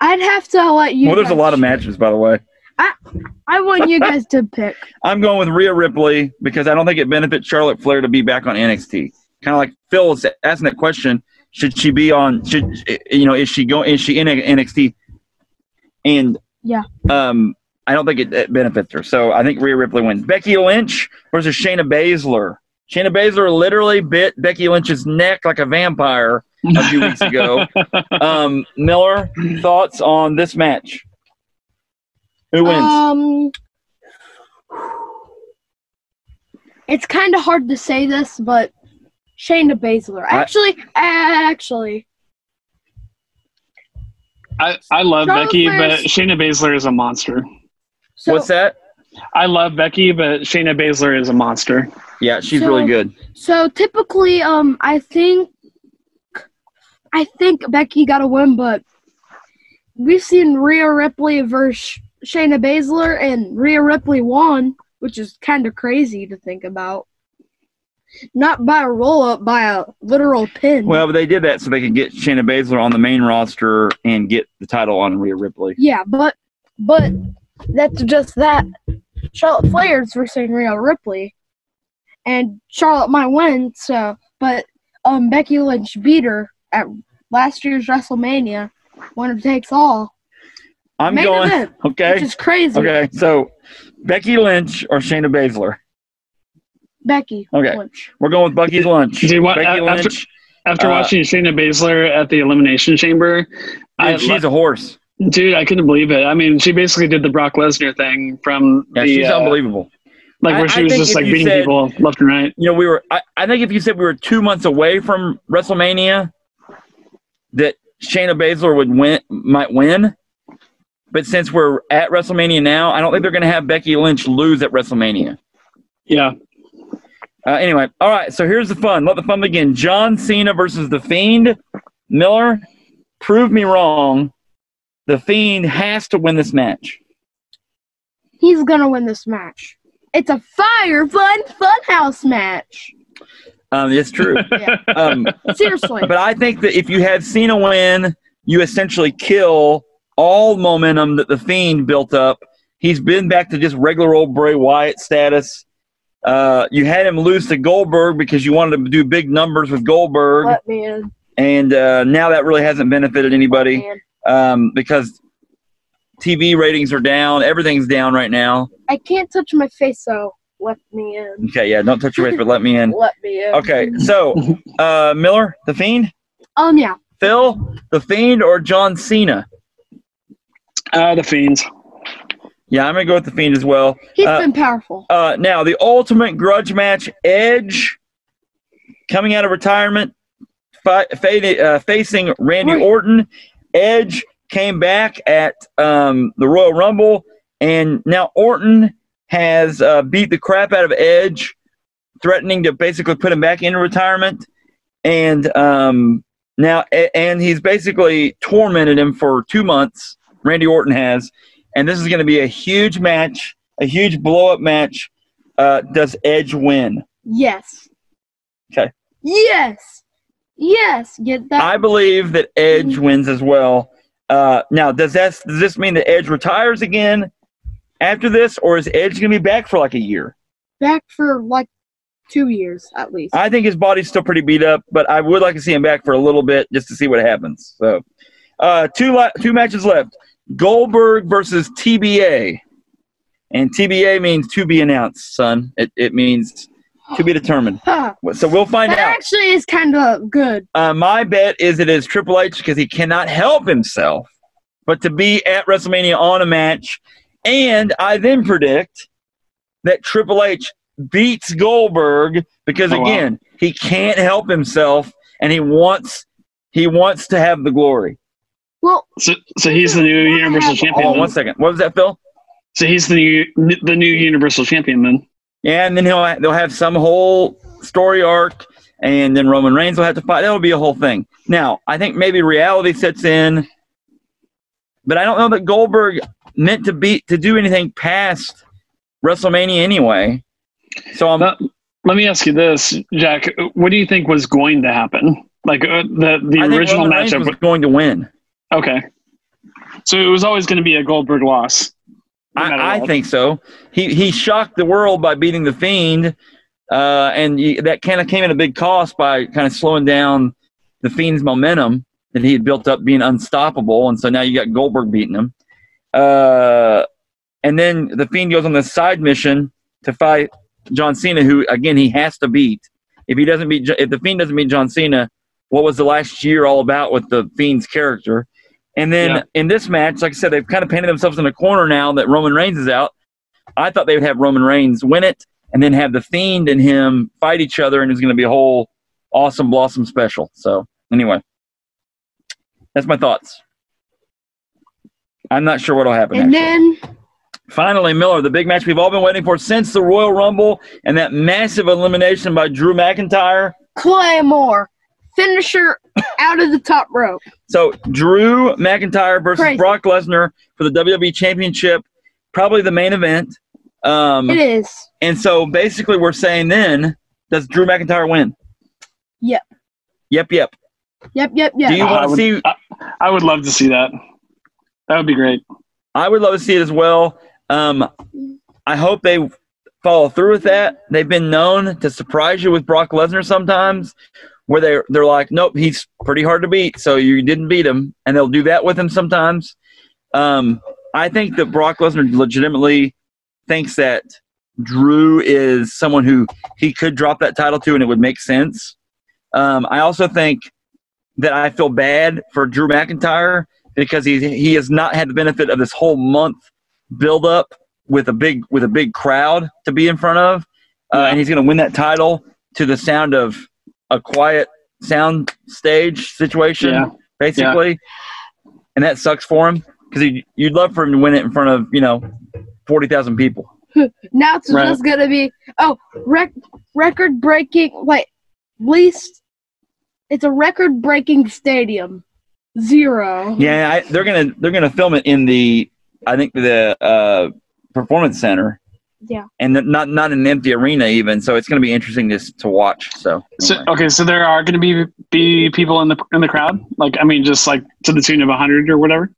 Speaker 1: I'd have to let you.
Speaker 2: well, there's a
Speaker 1: guys-
Speaker 2: lot of matches, by the way.
Speaker 1: I want you guys to pick.
Speaker 2: I'm going with Rhea Ripley because I don't think it benefits Charlotte Flair to be back on NXT. Kind of like Phil is asking that question: Should she be on? Should you know? Is she going? Is she in NXT? And
Speaker 1: Yeah.
Speaker 2: um, I don't think it, it benefits her. So I think Rhea Ripley wins. Becky Lynch versus Shayna Baszler. Shayna Baszler literally bit Becky Lynch's neck like a vampire a few weeks ago. Um, Miller, thoughts on this match? Who wins?
Speaker 1: Um, it's kind of hard to say this, but Shayna Baszler.
Speaker 2: I-
Speaker 1: Actually, actually,
Speaker 3: I, I love
Speaker 1: Charlotte
Speaker 3: Becky,
Speaker 1: Flair's-
Speaker 3: but Shayna Baszler is a monster.
Speaker 1: so
Speaker 2: What's that?
Speaker 3: I love Becky, but Shayna Baszler is a monster.
Speaker 2: Yeah, she's
Speaker 1: So-
Speaker 2: really good.
Speaker 1: so typically, um, I think, I think Becky got a win, but we've seen Rhea Ripley versus Shayna Baszler, and Rhea Ripley won, which is kind of crazy to think about. Not by a roll up, by a literal pin.
Speaker 2: Well, but they did that so they could get Shayna Baszler on the main roster and get the title on Rhea Ripley.
Speaker 1: Yeah, but but that's just that. Charlotte Flair's versus Rhea Ripley, and Charlotte might win. So, but um, Becky Lynch beat her at last year's WrestleMania, winner takes all.
Speaker 2: I'm
Speaker 1: Main
Speaker 2: going.
Speaker 1: event, which
Speaker 2: Okay.
Speaker 1: is crazy.
Speaker 2: Okay. So Becky Lynch or Shayna Baszler?
Speaker 1: Becky
Speaker 2: Okay.
Speaker 1: Lynch.
Speaker 2: We're going with Bucky's Lunch.
Speaker 3: Dude, what-
Speaker 2: Becky
Speaker 3: a- after-
Speaker 2: Lynch.
Speaker 3: After
Speaker 2: Uh,
Speaker 3: watching Shayna Baszler at the Elimination Chamber, I,
Speaker 2: Dude, she's a horse.
Speaker 3: dude, I couldn't believe it. I mean, she basically did the Brock Lesnar thing from
Speaker 2: Yeah,
Speaker 3: the
Speaker 2: she's
Speaker 3: uh,
Speaker 2: unbelievable.
Speaker 3: like where
Speaker 2: I-
Speaker 3: she
Speaker 2: I
Speaker 3: was
Speaker 2: think
Speaker 3: just
Speaker 2: if
Speaker 3: like
Speaker 2: you
Speaker 3: beating
Speaker 2: said-
Speaker 3: people left and right.
Speaker 2: You know, we were. I, I think if you said we were two months away from WrestleMania, that Shayna Baszler would win, might win. But since we're at WrestleMania now, I don't think they're going to have Becky Lynch lose at WrestleMania.
Speaker 3: Yeah,
Speaker 2: Uh, anyway, all right. So here's the fun. Let the fun begin. John Cena versus the Fiend. Miller, prove me wrong. The Fiend has to win this match.
Speaker 1: He's gonna win this match. It's a fire fun funhouse match.
Speaker 2: Um, it's true.
Speaker 1: Yeah.
Speaker 2: Um,
Speaker 1: Seriously.
Speaker 2: But I think that if you have Cena win, you essentially kill all momentum that the Fiend built up. He's been back to just regular old Bray Wyatt status. Uh, you had him lose to Goldberg because you wanted to do big numbers with Goldberg,
Speaker 1: Let me in,
Speaker 2: and uh, now that really hasn't benefited anybody
Speaker 1: man.
Speaker 2: um, because TV ratings are down. Everything's down right now.
Speaker 1: I can't touch my face, so let me in.
Speaker 2: Okay, yeah, don't touch your face, but let me in.
Speaker 1: Let me in.
Speaker 2: Okay, so uh, Miller, the Fiend,
Speaker 1: Um. Yeah.
Speaker 2: Phil, the Fiend, or John Cena.
Speaker 3: uh, the Fiend.
Speaker 2: Yeah, I'm gonna go with the Fiend as well.
Speaker 1: He's
Speaker 2: Uh,
Speaker 1: been powerful.
Speaker 2: Uh, now the ultimate grudge match: Edge coming out of retirement, fi- fading, uh, facing Randy
Speaker 1: Right.
Speaker 2: Orton. Edge came back at um, the Royal Rumble, and now Orton has uh, beat the crap out of Edge, threatening to basically put him back into retirement, and um, now a- and he's basically tormented him for two months. Randy Orton has, and this is going to be a huge match a huge blow up match. Uh, does Edge win?
Speaker 1: Yes.
Speaker 2: Okay.
Speaker 1: Yes. Yes. Get that.
Speaker 2: I believe that Edge wins as well. Uh, now, does that does this mean that Edge retires again after this, or is Edge going to be back for like a year?
Speaker 1: back for like two years at least.
Speaker 2: I think his body's still pretty beat up, but I would like to see him back for a little bit just to see what happens. So, uh, two li- two matches left: Goldberg versus TBA, and TBA means to be announced, son. It it means to be determined.
Speaker 1: Huh.
Speaker 2: So we'll find
Speaker 1: That
Speaker 2: out.
Speaker 1: actually is kind of good.
Speaker 2: Uh, my bet is it is Triple H because he cannot help himself but to be at WrestleMania on a match. And I then predict that Triple H beats Goldberg because
Speaker 3: Oh, wow.
Speaker 2: again, he can't help himself and he wants he wants to have the glory.
Speaker 1: Well,
Speaker 3: So, so he's the new Universal Champion.
Speaker 2: Hold on
Speaker 3: then.
Speaker 2: one second. What was that, Phil?
Speaker 3: So he's the new, the new Universal Champion then.
Speaker 2: Yeah, and then he'll they'll have some whole story arc, and then Roman Reigns will have to fight. That'll be a whole thing. Now, I think maybe reality sets in, but I don't know that Goldberg meant to be to do anything past WrestleMania anyway. So um, I'm
Speaker 3: That- Let me ask you this, Jack. What do you think was going to happen? Like uh, the the
Speaker 2: I think
Speaker 3: original
Speaker 2: Roman Reigns
Speaker 3: matchup.
Speaker 2: was going to win.
Speaker 3: wa- okay. So it was always going to be a Goldberg loss. no matter
Speaker 2: I, I
Speaker 3: what.
Speaker 2: think so. He he shocked the world by beating the Fiend, uh, and you, that kind of came at a big cost by kind of slowing down the Fiend's momentum that he had built up being unstoppable, and so now you got Goldberg beating him. Uh, and then the Fiend goes on this side mission to fight John Cena, who again he has to beat. If he doesn't beat, Jo- if the Fiend doesn't beat John Cena, what was the last year all about with the Fiend's character? And then
Speaker 3: Yeah.
Speaker 2: in this match, like I said, they've kind of painted themselves in a corner now that Roman Reigns is out. I thought they would have Roman Reigns win it and then have the Fiend and him fight each other, and it's going to be a whole awesome blossom special. So anyway, that's my thoughts. I'm not sure what'll happen.
Speaker 1: And
Speaker 2: actually.
Speaker 1: then
Speaker 2: Finally, Miller, the big match we've all been waiting for since the Royal Rumble and that massive elimination by Drew McIntyre.
Speaker 1: Claymore, finisher out of the top rope.
Speaker 2: So, Drew McIntyre versus
Speaker 1: Crazy.
Speaker 2: Brock Lesnar for the WWE Championship, probably the main event.
Speaker 1: It
Speaker 2: Um,
Speaker 1: is.
Speaker 2: and so, basically, we're saying then, does Drew McIntyre win?
Speaker 1: Yep.
Speaker 2: Yep, yep.
Speaker 1: Yep, yep,
Speaker 2: Do you
Speaker 1: yep.
Speaker 3: I
Speaker 2: want to
Speaker 3: would-
Speaker 2: see?
Speaker 3: I would love to see that. That would be great.
Speaker 2: I would love to see it as well. Um, I hope they follow through with that. They've been known to surprise you with Brock Lesnar sometimes, where they they're like, "Nope, he's pretty hard to beat, so you didn't beat him," and they'll do that with him sometimes. Um, I think that Brock Lesnar legitimately thinks that Drew is someone who he could drop that title to, and it would make sense. Um, I also think that I feel bad for Drew McIntyre because he he has not had the benefit of this whole month build up with a big with a big crowd to be in front of, uh, and he's going to win that title to the sound of a quiet sound stage situation,
Speaker 3: Yeah.
Speaker 2: basically, and that sucks for him because you'd love for him to win it in front of you know forty thousand people.
Speaker 1: Now it's
Speaker 3: Right.
Speaker 1: just gonna be oh rec- record breaking like least it's a record breaking stadium. Zero.
Speaker 2: Yeah, I, they're gonna they're gonna film it in the I think the uh, performance center.
Speaker 1: Yeah.
Speaker 2: and th- not not an empty arena even. So it's going to be interesting to s- to watch. So,
Speaker 3: So,
Speaker 2: anyway.
Speaker 3: okay, so there are going to be be people in the in the crowd. Like, I mean, just like to the tune of hundred or whatever.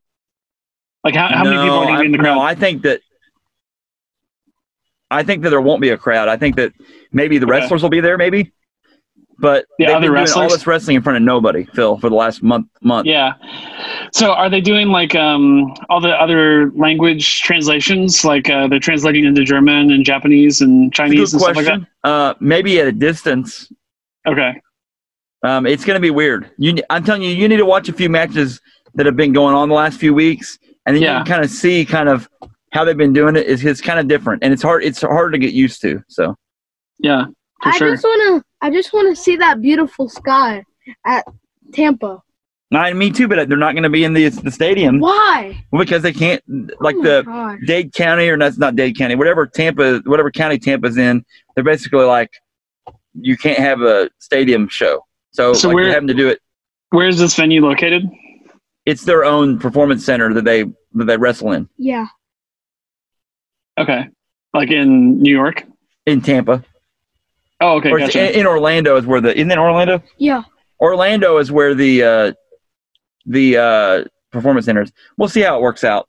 Speaker 3: Like, how, how many
Speaker 2: No,
Speaker 3: people are going to
Speaker 2: I-
Speaker 3: be in the
Speaker 2: no,
Speaker 3: crowd?
Speaker 2: I think that I think that there won't be a crowd. I think that maybe the
Speaker 3: Okay.
Speaker 2: wrestlers will be there, maybe. But
Speaker 3: The
Speaker 2: they've
Speaker 3: other
Speaker 2: been doing all
Speaker 3: wrestlers?
Speaker 2: this wrestling in front of nobody, Phil, for the last month. Month.
Speaker 3: yeah. So, are they doing like um, all the other language translations? Like, uh, they're translating into German and Japanese and
Speaker 2: It's a
Speaker 3: Chinese
Speaker 2: good
Speaker 3: and stuff like that.
Speaker 2: question. uh, maybe at a distance.
Speaker 3: Okay.
Speaker 2: Um, it's going to be weird. You, ne- I'm telling you, you need to watch a few matches that have been going on the last few weeks, and then
Speaker 3: Yeah.
Speaker 2: you can kind of see kind of how they've been doing it. It's, it's kind of different, and it's hard. It's hard to get used to. So
Speaker 3: Yeah. For
Speaker 1: I
Speaker 3: sure.
Speaker 1: just wanna I just wanna see that beautiful sky at Tampa.
Speaker 2: I me too, but they're not going to be in the, the stadium
Speaker 1: Why?
Speaker 2: because they can't. Mm. Like
Speaker 1: Oh my
Speaker 2: the
Speaker 1: God.
Speaker 2: Dade County, or that's not Dade County, whatever Tampa, whatever county Tampa's in, they're basically like you can't have a stadium show. So,
Speaker 3: So
Speaker 2: like,
Speaker 3: where-
Speaker 2: they're having to do it.
Speaker 3: Where is this venue located?
Speaker 2: It's their own performance center that they that they wrestle in
Speaker 1: Yeah.
Speaker 3: Okay. Like in New York.
Speaker 2: in Tampa.
Speaker 3: Oh, okay.
Speaker 2: or it's
Speaker 3: Gotcha.
Speaker 2: in, in Orlando is where the isn't it Orlando?
Speaker 1: Yeah.
Speaker 2: Orlando is where the uh, the uh, performance center is. We'll see how it works out.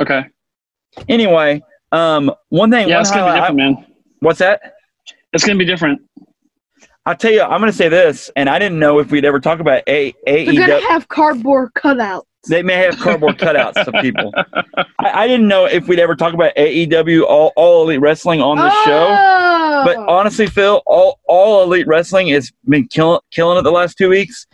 Speaker 3: Okay.
Speaker 2: Anyway, um, one thing.
Speaker 3: Yeah,
Speaker 2: one
Speaker 3: it's going to be
Speaker 2: highlight-
Speaker 3: different, man.
Speaker 2: what's that?
Speaker 3: It's going to be different.
Speaker 2: I'll tell you, I'm going to say this, and I didn't know if we'd ever talk about A-
Speaker 1: They're
Speaker 2: AEW.
Speaker 1: gonna have cardboard cutouts.
Speaker 2: They may have cardboard cutouts of people. I, I didn't know if we'd ever talk about AEW, all, all Elite Wrestling on this show.
Speaker 1: oh!
Speaker 2: But um, honestly, Phil, all, all Elite Wrestling has been killing killing it the last two weeks.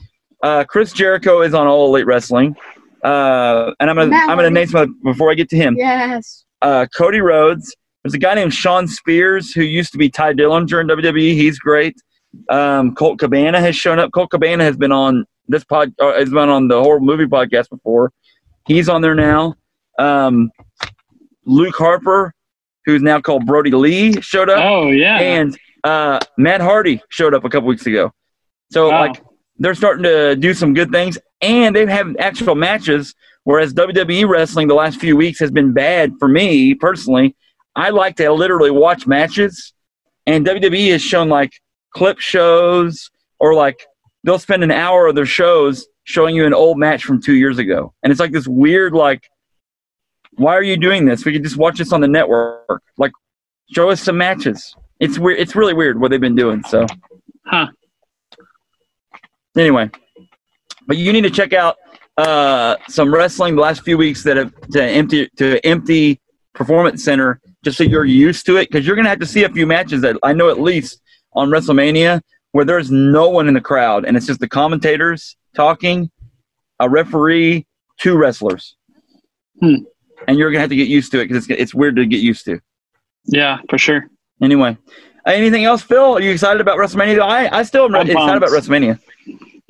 Speaker 2: Uh, Chris Jericho is on All Elite Wrestling. Uh, and I'm gonna
Speaker 1: Matt
Speaker 2: I'm gonna
Speaker 1: Hardy.
Speaker 2: name some of- before I get to him.
Speaker 1: yes.
Speaker 2: Uh, Cody Rhodes. There's a guy named Sean Spears who used to be Ty Dillinger in WWE. E. He's great. Um, Colt Cabana has shown up. Colt Cabana has been on this pod. Uh, has been on the horrible movie podcast before. He's on there now. Um, Luke Harper, who's now called Brody Lee, showed up,
Speaker 3: Oh, yeah.
Speaker 2: and uh, Matt Hardy showed up a couple weeks ago. So
Speaker 3: Wow.
Speaker 2: like they're starting to do some good things, and they have actual matches. Whereas WWE wrestling the last few weeks has been bad for me personally. I like to literally watch matches, and WWE has shown like clip shows or like they'll spend an hour of their shows showing you an old match from two years ago, and it's like this weird like, why are you doing this? We could just watch this on the network. Like, show us some matches. It's weird. It's really weird what they've been doing. So
Speaker 3: Huh.
Speaker 2: anyway but you need to check out uh, some wrestling the last few weeks that have to empty to empty performance center just so you're used to it because you're going to have to see a few matches that I know at least on WrestleMania where there's no one in the crowd and it's just the commentators talking, a referee, two wrestlers.
Speaker 3: Hmm.
Speaker 2: And you're going to have to get used to it because it's, it's weird to get used to.
Speaker 3: Yeah, for sure.
Speaker 2: Anyway, anything else, Phil? Are you excited about WrestleMania? I, I still am
Speaker 3: I'm
Speaker 2: excited about
Speaker 3: pumped.
Speaker 2: WrestleMania.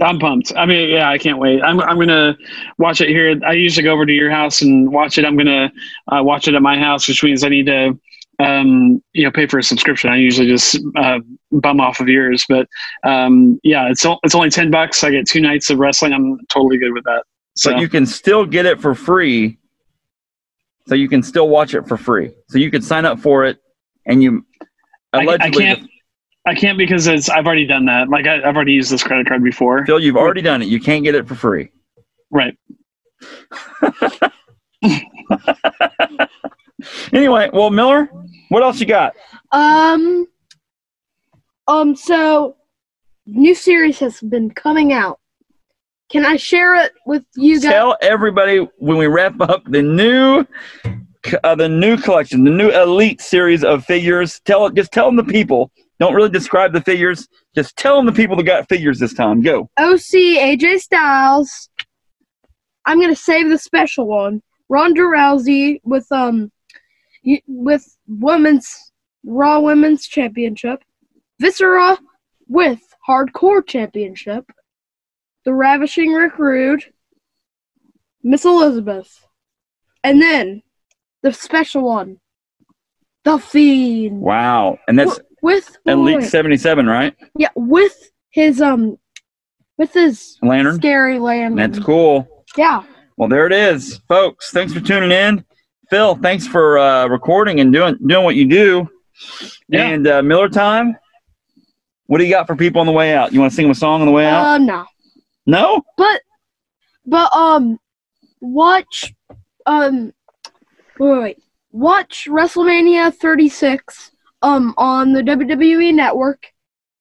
Speaker 3: I'm pumped. I mean, yeah, I can't wait. I'm, I'm gonna watch it here. I usually go over to your house and watch it. I'm gonna uh, watch it at my house, which means I need to, um, you know, pay for a subscription. I usually just uh, bum off of yours, but um, yeah, it's o- it's only ten bucks. I get two nights of wrestling. I'm totally good with that. So
Speaker 2: But you can still get it for free. So you can still watch it for free. So you can sign up for it and you
Speaker 3: I, I
Speaker 2: allegedly
Speaker 3: can't. I can't because it's, I've already done that. Like I, I've already used this credit card before.
Speaker 2: Phil, you've already done it. You can't get it for free.
Speaker 3: Right.
Speaker 2: Anyway, well, Miller, what else you got?
Speaker 1: Um. Um. So, new series has been coming out. Can I share it with you guys?
Speaker 2: Tell everybody when we wrap up the new, uh, the new collection, the new elite series of figures. Tell just tell them the people. Don't really describe the figures. Just tell them the people that got figures this time. Go.
Speaker 1: OC AJ Styles. I'm gonna save the special one. Ronda Rousey with um y- with women's Raw Women's Championship. Viscera with Hardcore Championship. The Ravishing Rick Rude. Miss Elizabeth. And then the special one. The Fiend.
Speaker 2: Wow, and that's
Speaker 1: Wi- with
Speaker 2: elite
Speaker 1: Lloyd.
Speaker 2: seventy-seven, right?
Speaker 1: Yeah, with his um with his
Speaker 2: Lantern.
Speaker 1: Scary Lantern.
Speaker 2: That's cool.
Speaker 1: Yeah.
Speaker 2: Well, there it is, folks. Thanks for tuning in. Phil, thanks for uh, recording and doing doing what you do.
Speaker 3: Yeah.
Speaker 2: And uh, Miller time. What do you got for people on the way out? You want to sing them a song on the way out?
Speaker 1: Uh, no.
Speaker 2: no.
Speaker 1: But but um watch um wait, wait, wait. watch WrestleMania 36 um on the WWE network.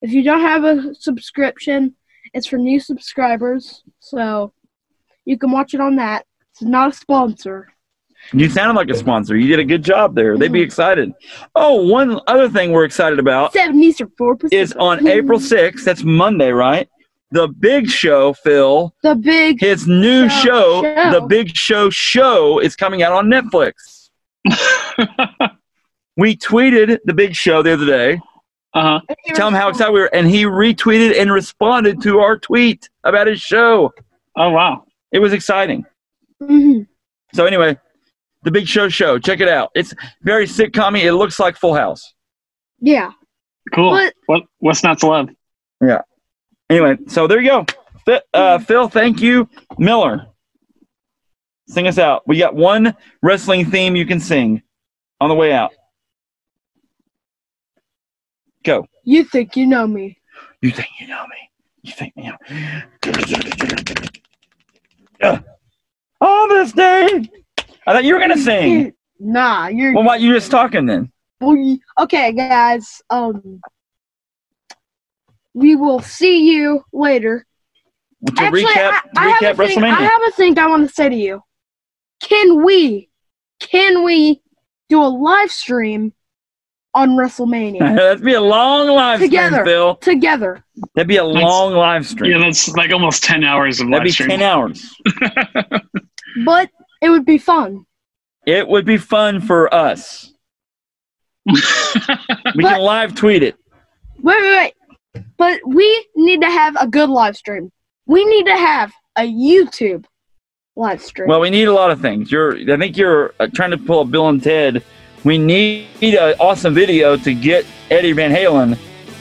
Speaker 1: If you don't have a subscription, it's for new subscribers, so you can watch it on that. It's not a sponsor.
Speaker 2: You sounded like a sponsor. You did a good job there. They'd be excited. Oh, one other thing we're excited about
Speaker 1: 70s or 4%.
Speaker 2: Uh, is on April 6th, that's Monday, right? The Big Show, Phil,
Speaker 1: Mm-hmm. the big
Speaker 2: his new
Speaker 1: Show,
Speaker 2: show,
Speaker 1: show.
Speaker 2: The Big Show Show, is coming out on Netflix.
Speaker 3: uh
Speaker 2: We tweeted The Big Show the other day.
Speaker 3: huh.
Speaker 2: Tell him how excited we were. And he retweeted and responded to our tweet about his show.
Speaker 3: Oh wow.
Speaker 2: It was exciting.
Speaker 1: Mhm.
Speaker 2: So, anyway, The Big Show Show, check it out. It's very sitcom It looks like Full House.
Speaker 1: Yeah.
Speaker 3: Cool.
Speaker 1: What-
Speaker 3: What what's not to love?
Speaker 2: Anyway, so there you go. Fi- Uh, Phil, thank you. Miller, sing us out. We got one wrestling theme you can sing on the way out. Go.
Speaker 1: You think you know me.
Speaker 2: You think you know me. You think you know On this day. I thought you were going to sing.
Speaker 1: Nah, you're.
Speaker 2: Well, why you just talking then?
Speaker 1: Well, you- okay, guys. Um, we will see you later.
Speaker 2: To recap,
Speaker 1: I, I
Speaker 2: recap
Speaker 1: have a thing. I
Speaker 2: WrestleMania.
Speaker 1: have a thing I want to say to you. Can we? Can we do a live stream on WrestleMania
Speaker 2: That'd be a long live
Speaker 1: Together.
Speaker 2: stream, Phil.
Speaker 1: together?
Speaker 2: That'd be a
Speaker 3: Let's-
Speaker 2: long live stream.
Speaker 3: Yeah, that's like almost ten hours of
Speaker 2: That'd
Speaker 3: live
Speaker 2: be
Speaker 3: stream.
Speaker 2: 10 hours.
Speaker 1: But it would be fun.
Speaker 2: It would be fun for us. We
Speaker 1: But-
Speaker 2: can live tweet it.
Speaker 1: Wait, wait, wait. But we need to have a good live stream. We need to have a YouTube live stream.
Speaker 2: Well, we need a lot of things. You're, I think you're uh, trying to pull a Bill and Ted. We need an awesome video to get Eddie Van Halen,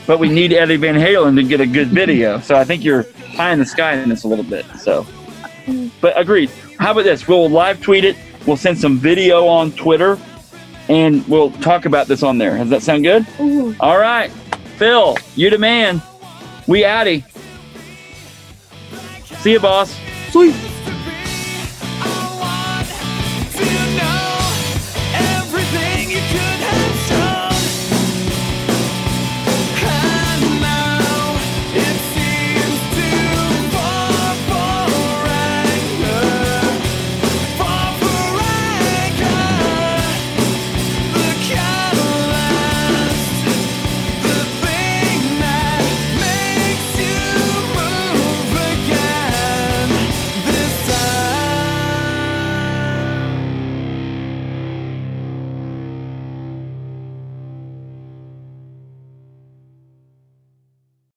Speaker 2: but we need Eddie Van Halen to get a good video. So I think you're high in the sky in this a little bit. So, but agreed. How about this? We'll live tweet it. We'll send some video on Twitter, and we'll talk about this on there. Does that sound good?
Speaker 1: Ooh.
Speaker 2: All right, Phil, you the man. We outie. See you, boss.
Speaker 1: Sweet.